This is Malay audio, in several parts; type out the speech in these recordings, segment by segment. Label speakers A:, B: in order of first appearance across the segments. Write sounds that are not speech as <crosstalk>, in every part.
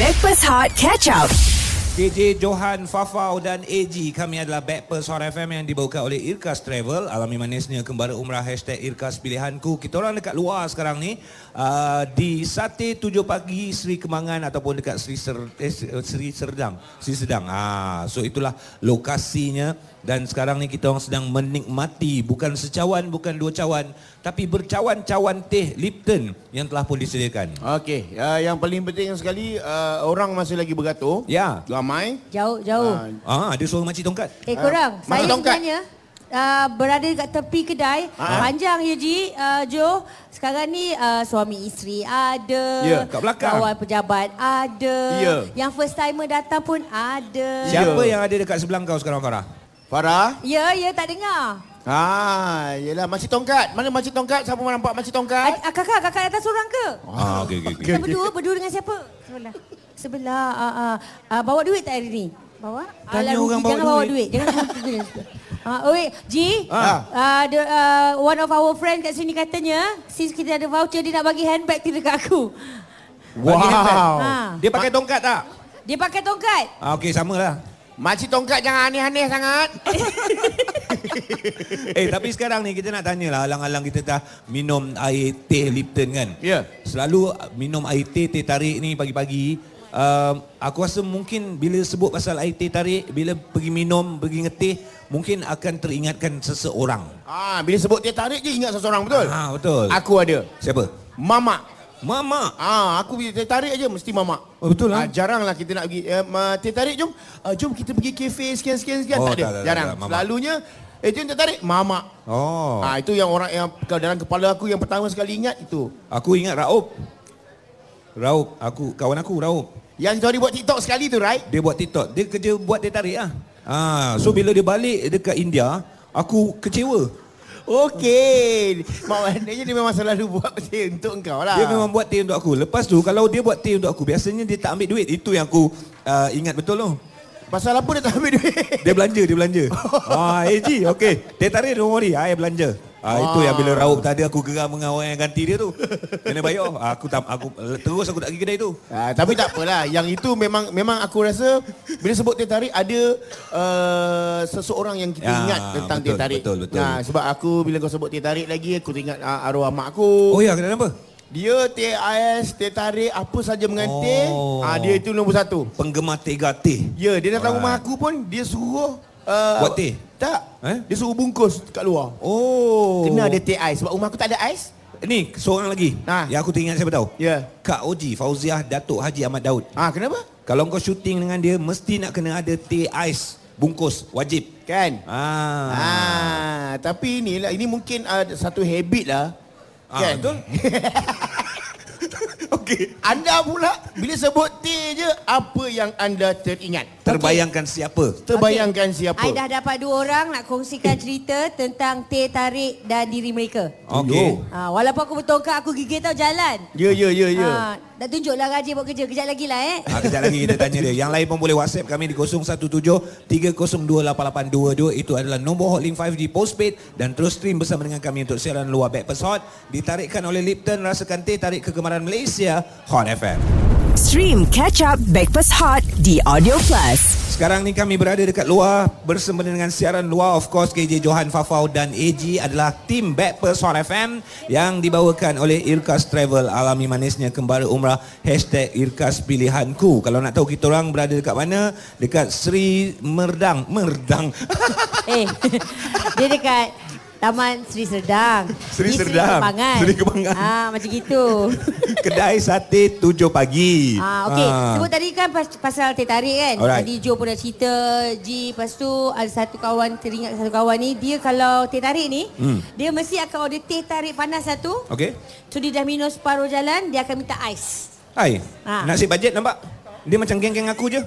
A: Backpass Hot Catch Up.
B: KJ Johan, Fafau dan AG Kami adalah Backpers Hot FM yang dibawakan oleh Irkas Travel Alami manisnya kembali umrah Hashtag Irkas Pilihanku Kita orang dekat luar sekarang ni uh, Di Sate 7 pagi Seri Kemangan Ataupun dekat Seri, Ser, eh, Seri Serdang Seri Sedang ah, So itulah lokasinya Dan sekarang ni kita orang sedang menikmati Bukan secawan, bukan dua cawan Tapi bercawan-cawan teh Lipton Yang telah pun disediakan
C: Okey, uh, yang paling penting sekali uh, orang masih lagi beratur.
B: Ya
C: Ramai.
D: Jauh, jauh.
C: Ah,
B: Ah, Ada suara makcik tongkat
D: eh,
C: Ah,
D: korang. saya
C: makan tongkat.
D: sebenarnya uh, berada dekat tepi kedai.
C: Ah.
D: Panjang ya, Ji. Uh, jo, sekarang ni uh, suami isteri ada.
C: Ya,
B: kat belakang.
D: Kawan pejabat ada.
C: Ya.
D: Yang first timer datang pun ada.
B: Siapa
C: Ya.
B: yang ada dekat sebelah kau sekarang Farah?
C: Farah.
D: Ya, ya, tak dengar.
C: Ah, yelah makcik tongkat. Mana makcik tongkat? Siapa nampak makcik
D: Ah,
C: tongkat?
D: ah, kakak, kakak datang seorang ke?
B: Ah, okey okey.
D: Kita berdua, berdua dengan siapa? Sebelah. Sebelah. Ah, ah. Ah, bawa duit tak hari ni? Bawa?
B: Tanya orang bawa
D: jangan bawa
B: duit.
D: duit. Jangan bawa
B: <laughs>
D: duit. Ah, uh, wait, Ji.
C: Ah.
D: Ah. Uh, the, uh, one of our friend kat sini katanya, since kita ada voucher, dia nak bagi handbag tu dekat aku.
C: Wow.
D: Ha.
B: Dia pakai tongkat tak?
D: Dia pakai tongkat.
B: Ah, okey samalah.
C: Makcik tongkat jangan aneh-aneh sangat.
B: eh, tapi sekarang ni kita nak tanyalah alang-alang kita dah minum air teh Lipton kan?
C: Ya.
B: Selalu ah, minum air teh teh tarik ni pagi-pagi. Um, aku rasa mungkin bila sebut pasal air teh tarik, bila pergi minum, pergi ngeteh, mungkin akan teringatkan seseorang.
C: Ah, bila sebut teh tarik je ingat seseorang betul.
B: Ah, betul.
C: Aku ada.
B: Siapa?
C: Mamak.
B: Mama.
C: Ah, aku bila teh tarik aje mesti mamak.
B: Oh, betul lah.
C: Ah, jaranglah kita nak pergi eh, ma- teh tarik jom. Ah, jom kita pergi kafe sekian sekian sekian
B: Oh,
C: tak ada.
B: tak, tak, tak,
C: Jarang.
B: tak, mamak.
C: Selalunya eh jom teh tarik mamak.
B: Oh.
C: Ah, itu yang orang yang kalau dalam kepala aku yang pertama sekali ingat itu.
B: Aku ingat Raub. Raub, aku kawan aku Raub.
C: Yang Johnny buat TikTok sekali tu, right?
B: Dia buat TikTok. Dia kerja buat dia tarik lah. Ha, so bila dia balik dekat India, aku kecewa. <laughs>
C: Okey. Mak maknanya dia memang selalu buat macam untuk engkau lah.
B: Dia memang buat teh untuk aku. Lepas tu kalau dia buat teh untuk aku, biasanya dia tak ambil duit. Itu yang aku uh, ingat betul loh.
C: Pasal apa dia tak ambil duit? <laughs>
B: Dia belanja, dia belanja. ah, AG, okey. Teh tarik don't worry, I belanja. Ah, itu
C: Ah.
B: yang bila Raub tadi aku geram dengan orang yang ganti dia tu. Kena bayar. Ah, aku tak aku terus aku tak pergi kedai tu.
C: Ah, tapi tak apalah. Yang itu memang memang aku rasa bila sebut teh tarik ada uh, seseorang yang kita
B: Ya,
C: ingat tentang
B: betul,
C: teh tarik.
B: betul, betul.
C: Nah, sebab aku bila kau sebut teh tarik lagi aku teringat uh, arwah mak aku.
B: Oh ya, kenapa?
C: Dia teh ais, teh tarik, apa saja mengantin.
B: Oh.
C: Ah dia itu nombor satu.
B: Penggemar tega teh.
C: Ya, dia datang rumah
B: Alright.
C: aku pun dia suruh uh,
B: Buat teh?
C: Tak.
B: Eh?
C: Eh? Dia suruh bungkus kat luar.
B: Oh.
C: Kena ada teh ais sebab rumah aku tak ada ais.
B: Ni seorang lagi ha.
C: Ha.
B: Yang aku teringat siapa tahu
C: Ya.
B: Kak Oji Fauziah Datuk Haji Ahmad Daud
C: Ah kenapa?
B: Kalau kau syuting dengan dia Mesti nak kena ada teh ais Bungkus Wajib
C: Kan?
B: Ah.
C: Ah, tapi inilah ini mungkin uh, satu habit lah.
B: Ah, betul.
C: Okey. <laughs> Anda pula bila sebut T je apa yang anda teringat?
B: Terbayangkan siapa
C: Terbayangkan okay. siapa?
D: I dah dapat dua orang nak kongsikan cerita tentang teh tarik dan diri mereka.
B: Okey.
D: Ah, walaupun aku bertongkat, aku gigit tau jalan.
C: Ya ya ya ya.
D: Ah, dah tunjuklah rajin buat kerja. Kejap lagi lah eh.
B: Ha, kejap lagi kita tanya dia. Yang lain pun boleh WhatsApp kami di 0173028822. Itu adalah nombor hotlink 5G postpaid dan terus stream bersama dengan kami untuk siaran luar Backpass Hot. Ditarikkan oleh Lipton, rasakan teh tarik kegemaran Malaysia, Hot FM.
A: Stream Catch Up Backpass Hot di Audio Plus.
B: Sekarang ni kami berada dekat luar bersama dengan siaran luar of course KJ Johan Fafau dan AG adalah tim Backpers Hot FM yang dibawakan oleh Irkas Travel alami manisnya kembali umrah hashtag Irkas Pilihanku kalau nak tahu kita orang berada dekat mana dekat Sri Merdang Merdang <laughs>
D: Eh, <laughs> dia dekat Taman Sri Serdang.
B: Seri
D: Di
B: Serdang.
D: Seri Kembangan.
B: Seri Kembangan.
D: Ah, macam
B: <laughs>
D: gitu.
B: kedai sate 7 pagi
D: Ah, okey. Ah. Sebut tadi kan pas, pasal teh tarik kan.
B: Alright.
D: Tadi Jo pun dah cerita, Ji. Lepas tu ada satu kawan, teringat satu kawan ni. Dia kalau teh tarik ni, hmm. dia mesti akan order teh tarik panas satu.
B: okey
D: So dia dah minum separuh jalan, dia akan minta ais.
B: hai
D: Ah.
B: nasi bajet nampak dia macam geng-geng aku je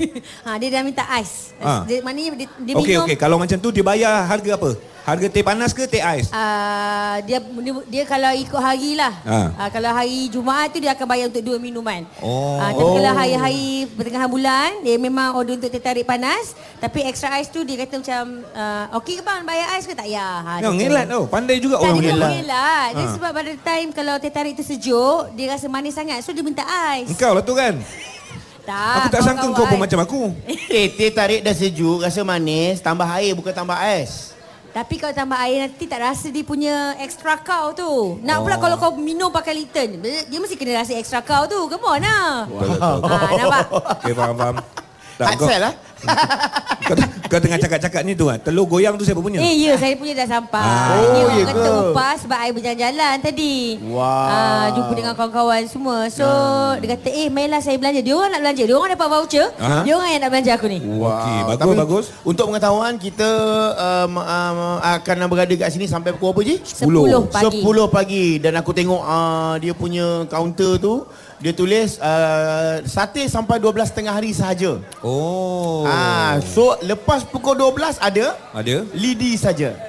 D: Ha, dia dah minta ais.
B: Ah.
D: Dia, maknanya dia, <laughs> dia
B: okey
D: minum
B: okey kalau macam tu dia bayar harga apa harga teh panas ke teh ais
D: Uh, dia, dia dia kalau ikut hari lah.
B: Ha.
D: Ha. Uh, kalau hari Jumaat tu dia akan bayar untuk dua minuman.
B: Oh.
D: Ah, tapi kalau
B: Oh.
D: hari-hari pertengahan bulan dia memang order untuk teh tarik panas tapi extra ais tu dia kata macam uh, okey ke bang bayar ais ke tak ya. Ha.
B: Ya,
D: dia
B: ngelat
D: kata.
B: tau. Pandai juga
D: Tak,
B: orang
D: dia bukan
B: ngelat.
D: mengelak. Dia
B: Ha.
D: sebab pada time kalau teh tarik tu sejuk, dia rasa manis sangat. So, dia minta ais.
B: Engkau lah tu kan?
D: Tak,
B: Aku tak sangka kau pun
D: kawan-kawan.
B: macam aku.
C: Teh, Eh, teh tarik dah sejuk, rasa manis, tambah air bukan tambah ais.
D: Tapi kalau tambah air nanti tak rasa dia punya extra kau tu. Nak pula kalau kau minum pakai liten, dia mesti kena rasa extra kau tu. Come on lah. Ah, nampak?
B: Okay, faham, faham. Tak,
C: Hard
B: kau,
C: sell lah.
B: kau, kau tengah cakap-cakap ni tu kan. Telur goyang tu siapa punya?
D: Eh, ya, saya punya dah sampai.
B: Ah.
D: Dia
C: Oh,
D: orang
C: ya
D: kata
C: ke?
D: upah sebab saya berjalan-jalan tadi.
C: Wah.
D: Ah, jumpa dengan kawan-kawan semua. So, dia kata, eh, mainlah saya belanja. Dia orang nak belanja. Dia orang dapat voucher.
B: Aha.
D: Dia orang yang nak belanja aku ni.
B: Okey, bagus, bagus.
C: Untuk pengetahuan, kita um, um, akan berada kat sini sampai pukul apa, Ji?
D: Sepuluh pagi.
C: 10 pagi dan aku tengok uh, dia punya kaunter tu dia tulis uh, sate sampai 12 tengah hari sahaja.
B: Oh. Ah,
C: Oh. Ah, so lepas pukul 12 ada
B: Ada?
C: lidi saja.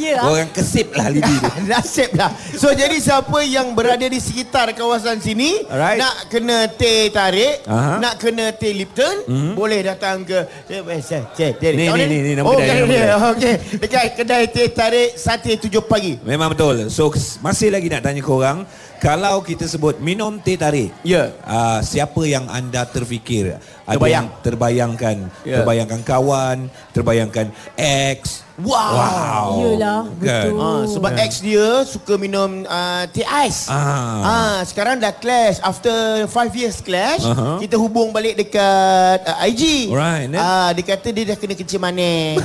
D: Ya. ah.
B: Orang kesip lah lidi tu.
C: <laughs> Nasib lah. So jadi siapa yang berada di sekitar kawasan sini
B: Alright.
C: nak kena teh tarik,
B: Aha. Mhm.
C: nak kena teh Lipton, mm-hmm. boleh datang ke eh, teh teh teh. teh.
B: Ni,
C: Oh,
B: ni, ni, ni, nama
C: oh,
B: kedai,
C: kedai,
B: nama
C: dia.
B: kedai.
C: <laughs> Okey. Dekat kedai teh tarik sate 7 pagi.
B: Memang betul. So kes- masih lagi nak tanya korang, kalau kita sebut minum teh tarik,
C: Ya.
B: uh, siapa yang anda terfikir? Ada
C: Terbayang.
B: yang terbayangkan,
C: Ya.
B: terbayangkan kawan, terbayangkan ex. Kan?
C: Wow.
B: Wow.
D: Yelah, betul.
C: Ah, sebab
B: Kan.
C: ex dia suka minum uh, tea ice.
B: Ah.
C: Ah, sekarang dah clash. After five years clash,
B: Aha.
C: uh-huh. kita hubung balik dekat uh, IG.
B: Alright, then.
C: Ah, dia kata dia dah kena kencing manis.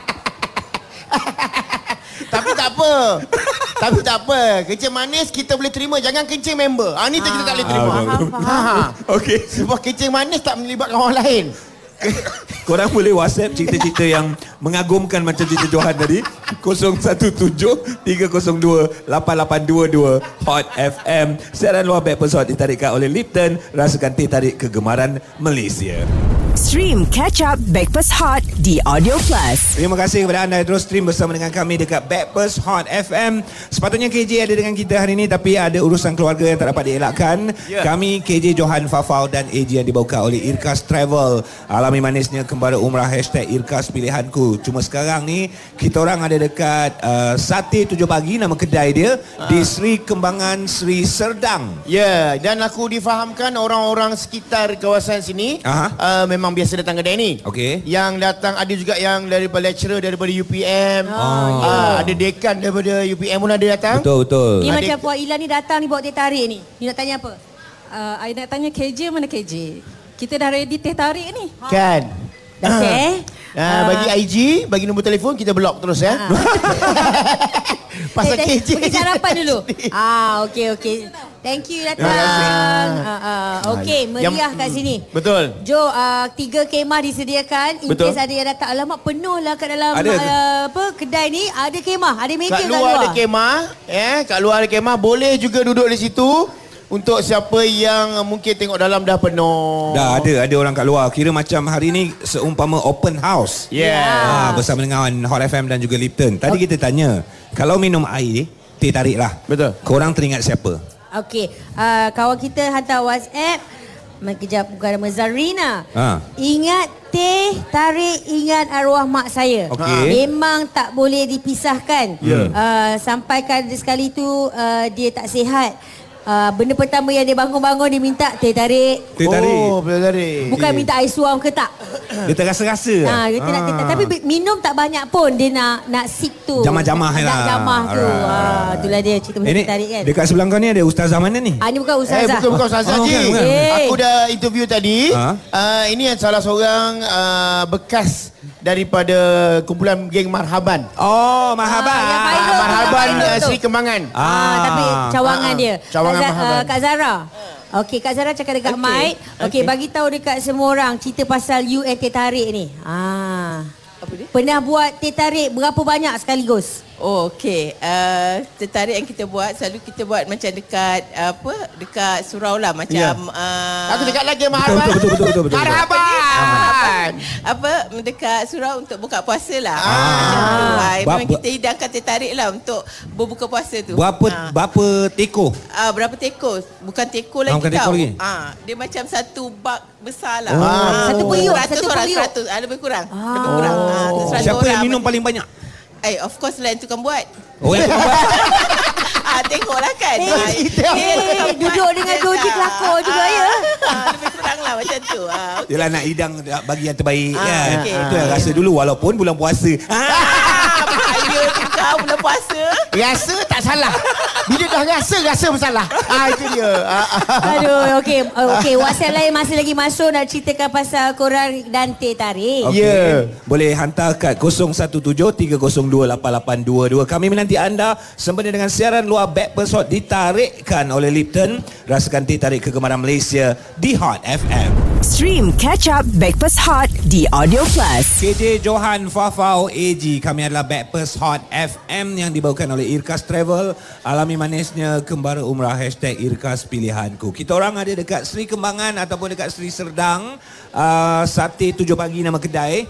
C: <laughs> Tapi tak apa. Tapi tak apa. Kencing manis kita boleh terima. Jangan kencing member. Ah, ni tu kita tak boleh terima.
B: Ah,
D: Faham,
C: Ha.
D: faham.
B: Okey.
C: Sebab kencing manis tak melibatkan orang lain.
B: Korang boleh WhatsApp cerita-cerita yang mengagumkan macam cerita Johan tadi 017 302 8822 Hot FM Siaran luar back pesawat ditarikkan oleh Lipton Rasakan teh tarik kegemaran Malaysia
A: Stream Catch Up Backpass Hot The Audio Plus.
B: Terima kasih kepada anda yang terus stream bersama dengan kami dekat Backpast Hot FM. Sepatutnya KJ ada dengan kita hari ini tapi ada urusan keluarga yang tak dapat dielakkan. Yeah.
C: Ya.
B: Kami KJ Johan Fafau dan AJ yang dibawakan oleh Irkas Travel. Alami manisnya kembali umrah hashtag Irkas Pilihanku. Cuma sekarang ni kita orang ada dekat uh, Sate 7 pagi nama kedai dia di Sri Kembangan Sri Serdang.
C: Ya, yeah, dan aku difahamkan orang-orang sekitar kawasan sini
B: Aha.
C: uh, memang biasa datang kedai ni.
B: Okey.
C: Yang datang ada juga yang daripada lecturer daripada UPM. Ah, ah ada dekan daripada UPM pun ada
B: Oh.
C: datang.
B: Betul betul.
D: Ni
C: Adik-
D: macam Puan Ila ni datang ni bawa teh tarik ni. You nak tanya apa?
E: Uh, I nak tanya KJ mana KJ? Kita dah ready teh tarik ni.
C: Kan?
D: Dah eh?
C: Ah, bagi IG, bagi nombor telefon kita block terus ya. <laughs> Pasal
D: Teh- teh-
C: KJ.
D: Pergi sarapan
C: <laughs>
D: dulu. ah, okey okey. Thank you
C: Ya,
D: datang.
B: Terima kasih.
D: Ah, ah, okey, meriah
C: hmm.
D: kat sini.
C: Betul.
D: Jo, uh, tiga kemah disediakan. In
C: Betul.
D: Betul. case ada yang datang. Alamak, penuh lah kat dalam
B: Ada ke?
D: uh, apa kedai ni. Ada kemah. Ada meja
C: Kat luar ada kemah eh, Kat luar ada kemah Boleh juga duduk di situ Untuk siapa yang mungkin tengok dalam dah penuh
B: Dah ada ada orang kat luar. Kira macam hari ni seumpama open house.
C: Ya. Yeah, yeah.
B: Ah, bersama dengan Hot FM dan juga Lipton. Tadi kita tanya, kalau minum air, teh tarik lah.
C: Betul.
B: Korang teringat siapa?
D: Okey, uh, kawan kita hantar WhatsApp. Mai kejap bukan nama Zarina.
B: Ha.
D: Ingat teh tarik ingat arwah mak saya. Ha.
B: Okey.
D: Memang tak boleh dipisahkan.
B: Ya.
D: Uh, sampaikan dia sekali tu uh, dia tak sihat. Uh, benda pertama yang dia bangun-bangun dia minta teh tarik.
B: Teh tarik.
C: Oh, boleh tarik
D: Bukan minta air suam ke tak.
B: Dia terasa-rasa.
D: Ha, kita nak
B: Ah.
D: kita tapi bi- minum tak banyak pun dia nak nak sip tu.
B: Jamah-jamah
D: Nak
B: lah.
D: Jamah tu.
B: Alright.
D: Ha, itulah dia cerita
B: Eh,
D: pasal
B: ni,
D: teh tarik kan.
B: Dekat sebelah kau ni ada ustazah mana ni?
D: Ah ni bukan
C: Eh,
D: ustazah. Eh.
C: bukan, bukan Ustazah
B: Oh,
C: oh,
B: bukan, bukan.
D: Hey.
C: Aku dah interview tadi.
B: Ha?
C: Ha? Uh, ini yang salah seorang uh, bekas daripada kumpulan geng Marhaban.
B: Oh, mahabat.
D: Ah, yang
C: Ah,
D: Pilot tu,
C: Marhaban
D: yang pilot
C: uh,
D: tu.
C: Sri Kembangan.
D: Ah,
B: Ah.
D: tapi cawangan
C: Ah, ah.
D: dia.
C: Cawangan
D: Kak, Za-
C: Mahaban.
D: ah, Kak Zara. Okey, Kak Zara cakap dekat okay.
C: Okey.
D: mic. Okey,
C: Okey.
D: bagi tahu dekat semua orang cerita pasal you and teh tarik ni. Ah. Apa dia? Pernah buat teh tarik berapa banyak
C: <laughs>
D: sekaligus?
F: Oh okey. Uh, tertarik yang kita buat selalu kita buat macam dekat uh, apa dekat surau lah macam
C: Ya.
F: yeah. uh,
C: Aku cakap lagi Marhaban.
B: betul, betul, betul, betul, betul.
C: Marhaban.
F: apa dekat surau untuk buka puasa lah. Ah.
B: Ba-
F: Macam tu. Ah, memang
B: ba-
F: kita hidangkan tertarik lah untuk berbuka puasa tu.
B: Berapa
F: Ah.
B: berapa teko?
F: Ah, berapa teko? Bukan teko lagi
B: Ah, bukan
F: tau.
B: teko lagi?
F: Ah, dia macam satu bak besar lah.
C: Oh.
F: Ah,
D: Satu periuk,
F: seratus
D: satu
F: orang,
D: periuk.
F: Seratus, ah, lebih kurang. Ah. Lebih kurang. Ah, tu seratus
B: Siapa yang
F: orang.
B: minum paling banyak?
F: Eh, of course lah yang tukang buat.
B: Oh, yang tukang buat.
F: ah, tengoklah kan.
C: Eh, kita apa?
D: Eh, duduk dengan Dodi kelakar juga, ya?
F: Ah, lebih kurang lah macam tu. Ah, okey.
B: Yelah nak hidang nak bagi yang terbaik
F: Ah,
B: kan.
F: okey.
B: Itu yang rasa dulu walaupun bulan puasa. Ah.
F: Ah, <laughs> bahaya tu kau bulan puasa.
C: Rasa tak salah. Bila dah rasa, rasa bersalah. Ah, itu dia. Ah, ah.
D: Aduh, okey. Okey, WhatsApp lain masih lagi masuk nak ceritakan pasal korang dan teh tarik.
B: Okey.
C: Ya.
B: Boleh hantar kat 0173028822. Kami menanti anda sempena dengan siaran luar Back Persot ditarikkan oleh Lipton. Rasakan teh tarik kegemaran Malaysia di Hot FM.
A: Stream Catch Up Backpass Hot di Audio Plus.
B: KJ Johan Fafau AG Kami adalah Backpers Hot FM Yang dibawakan oleh Irkas Travel Alami manisnya Kembara Umrah Hashtag Irkas Pilihanku Kita orang ada dekat Seri Kembangan Ataupun dekat Seri Serdang uh, Sabti 7 pagi nama kedai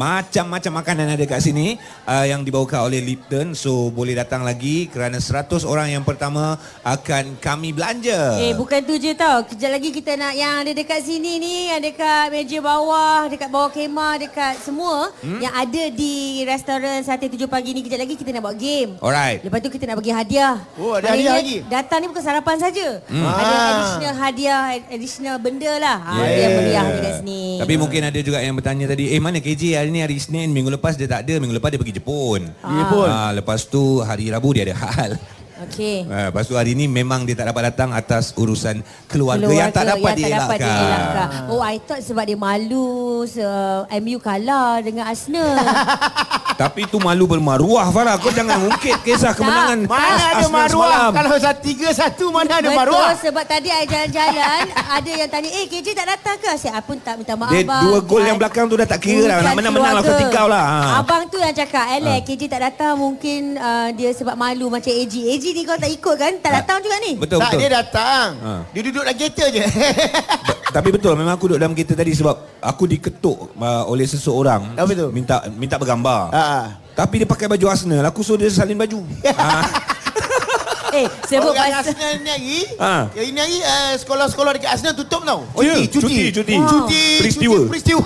B: macam-macam makanan ada kat sini uh, yang dibawakan oleh Lipton so boleh datang lagi kerana 100 orang yang pertama akan kami belanja.
D: Eh bukan tu je tau Kejap lagi kita nak Yang ada dekat sini ni Yang dekat meja bawah Dekat bawah kemah Dekat semua hmm? Yang ada di restoran Sate 7 pagi ni Kejap lagi kita nak buat game
B: Alright.
D: Lepas tu kita nak bagi hadiah
C: Oh, ada hadiah
D: Maknanya
C: lagi?
D: Datang ni bukan sarapan saja hmm. Ada
C: Ah.
D: additional hadiah Additional benda lah yeah. Ada
B: Yeah.
D: yang meriah dekat sini
B: Tapi mungkin ada juga yang bertanya tadi, eh mana KJ hari ni hari Isnin, minggu lepas dia tak ada, minggu lepas dia pergi Jepun.
C: Dia pun.
B: Ah, lepas tu hari Rabu dia ada hal.
D: Okay
B: Ah, lepas tu hari ni memang dia tak dapat datang atas urusan keluarga, yang tak dapat
D: yang tak dapat
B: dielakkan.
D: dielakkan. Oh, I thought sebab dia malu se MU kalah dengan Arsenal.
B: Tapi tu malu bermaruah Farah. Kau jangan ungkit kisah kemenangan
C: Mana ada
B: Arsenal
C: maruah?
B: semalam.
C: Kalau sat- tiga satu, mana ada
D: Betul
C: maruah?
D: sebab tadi saya jalan-jalan <laughs> Ada yang tanya Eh KJ tak datang ke Saya pun tak minta maaf
B: Dia
D: abang
B: dua gol yang belakang tu dah tak kira lah. Nak
D: Bukan
B: menang-menang lah.
D: keluarga.
B: Kau tikau lah. Ha.
D: Abang tu yang cakap "Eh, Alex KJ tak datang Mungkin uh, dia sebab malu Macam AG AG ni kau tak ikut kan Tak datang juga ni
B: Ha. Betul,
C: Tak,
B: betul.
C: dia datang.
B: Ha.
C: Dia duduk dalam kereta je. <laughs>
B: Tapi betul memang aku duduk dalam kereta tadi sebab aku diketuk uh, oleh seseorang.
C: Apa tu?
B: Minta minta bergambar.
C: Ha, ha.
B: Tapi dia pakai baju Arsenal. Aku suruh dia salin baju. ha.
D: Eh sebut
C: Orang
D: pasal
C: Arsenal ni hari,
B: Ha.
C: hari ni hari uh, sekolah-sekolah dekat Arsenal tutup tau.
B: Oh, ya? Cuti, cuti. Wow.
C: Cuti,
B: Peristiwa.
C: Cuti, peristiwa.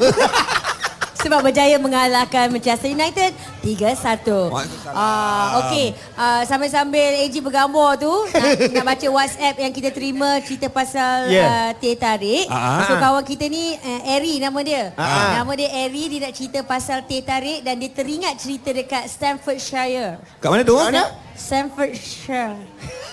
D: Sebab berjaya mengalahkan Manchester United 3-1.
B: Waalaikumsalam.
D: Ah, okey, ah, sambil-sambil AG bergambar
B: <laughs>
D: tu nak, nak baca WhatsApp yang kita terima cerita pasal
C: Yeah.
D: yeah. uh, teh tarik.
B: Ya. Ah, ah.
D: So kawan kita ni uh, Eri nama dia.
C: Ah, ah.
D: Nama dia Eri dia nak cerita pasal teh tarik dan dia teringat cerita dekat Staffordshire.
B: Kat mana tu?
C: Kat mana?
D: Staffordshire.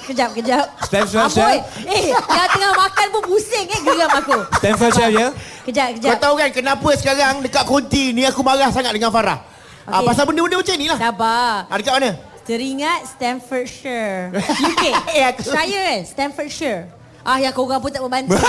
D: Kejap, kejap.
B: Staffordshire?
D: Amboi. Eh, dah tengah makan pun pusing eh geram aku.
B: Staffordshire ya?
D: Kejap, kejap.
C: Kau tahu kan kenapa sekarang dekat konti ni aku marah sangat dengan Farah. Ah,
D: Okey. Ya.
C: pasal benda-benda macam ni lah.
D: Sabar.
C: Ah, dekat mana?
D: Teringat
C: <laughs>
D: Staffordshire. UK.
C: Eh, aku-
D: Shire kan? Staffordshire. Ah yang korang pun tak membantu.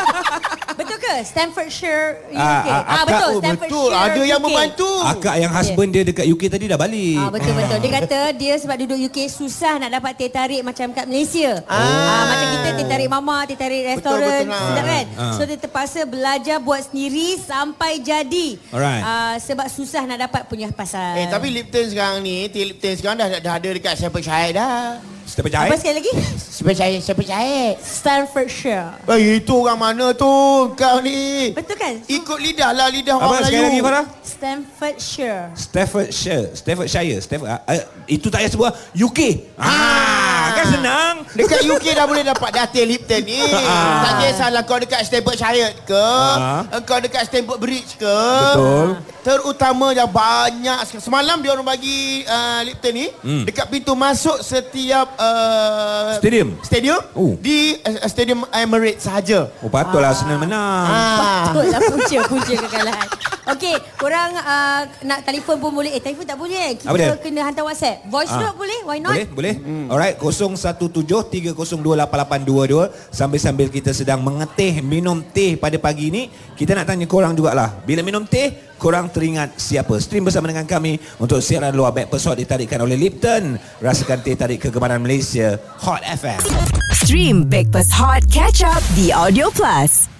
C: <laughs>
D: betul ke? Staffordshire UK.
B: Ah, ah,
D: Ah,
B: akak-
D: betul.
B: oh, betul.
C: Betul,
D: Staffordshire
C: ada yang
D: UK.
C: membantu.
B: Akak yang husband dia dekat UK tadi dah balik.
D: Ah
C: <laughs>
D: betul betul. Dia kata dia sebab duduk UK susah nak dapat teh tarik macam kat Malaysia. Ah, macam kita teh tarik mama, teh tarik
C: Betul,
D: restoran,
C: betul lah.
D: sedap kan?
B: Ah.
D: So dia terpaksa belajar buat sendiri sampai jadi.
B: Alright.
D: Ah sebab susah nak dapat punya pasal.
C: Eh, tapi Lipton sekarang ni, tea Lipton sekarang dah, dah ada dekat siapa Syahid dah.
B: Staffordshire?
D: apa sekali lagi?
C: Siapa Syahid, siapa Syahid.
D: Staffordshire.
C: Eh, itu orang mana tu kau ni?
D: Betul kan?
C: Ikut lidah lah, lidah
B: Apa
C: orang Melayu.
B: sekali lagi Farah?
D: Staffordshire.
B: Staffordshire, Staffordshire, Stafford, uh, uh, itu tak payah sebut ah. UK. Ah, kan senang.
C: Dekat UK dah boleh dapat dah teh Lipton ni. tak kisahlah kau dekat Staffordshire ke,
B: Ah.
C: kau dekat Stamford Bridge ke.
B: Betul.
C: Terutama dah banyak sekali. Semalam dia orang bagi uh, Lipton ni
B: Hmm.
C: dekat pintu masuk setiap uh,
B: Stadium.
C: Stadium
B: Oh.
C: di uh, Stadium Emirates saja.
B: Oh patutlah Arsenal menang.
C: Ah.
D: Betul lah punca-punca kekalahan. Okey, korang uh, nak telefon pun boleh. Eh, telefon tak boleh. Kita
B: Apa dia?
D: kena hantar WhatsApp. Voice
B: Ah.
D: note boleh? Why not?
B: Boleh, boleh. Hmm. Alright, 0173028822 sambil-sambil kita sedang mengetih minum teh pada pagi ni, kita nak tanya korang jugalah. Bila minum teh, korang teringat siapa? Stream bersama dengan kami untuk siaran luar back pesawat ditarikkan oleh Lipton. Rasakan teh tarik kegemaran Malaysia, Hot FM.
A: Stream Backpass Hot Catch Up di Audio Plus.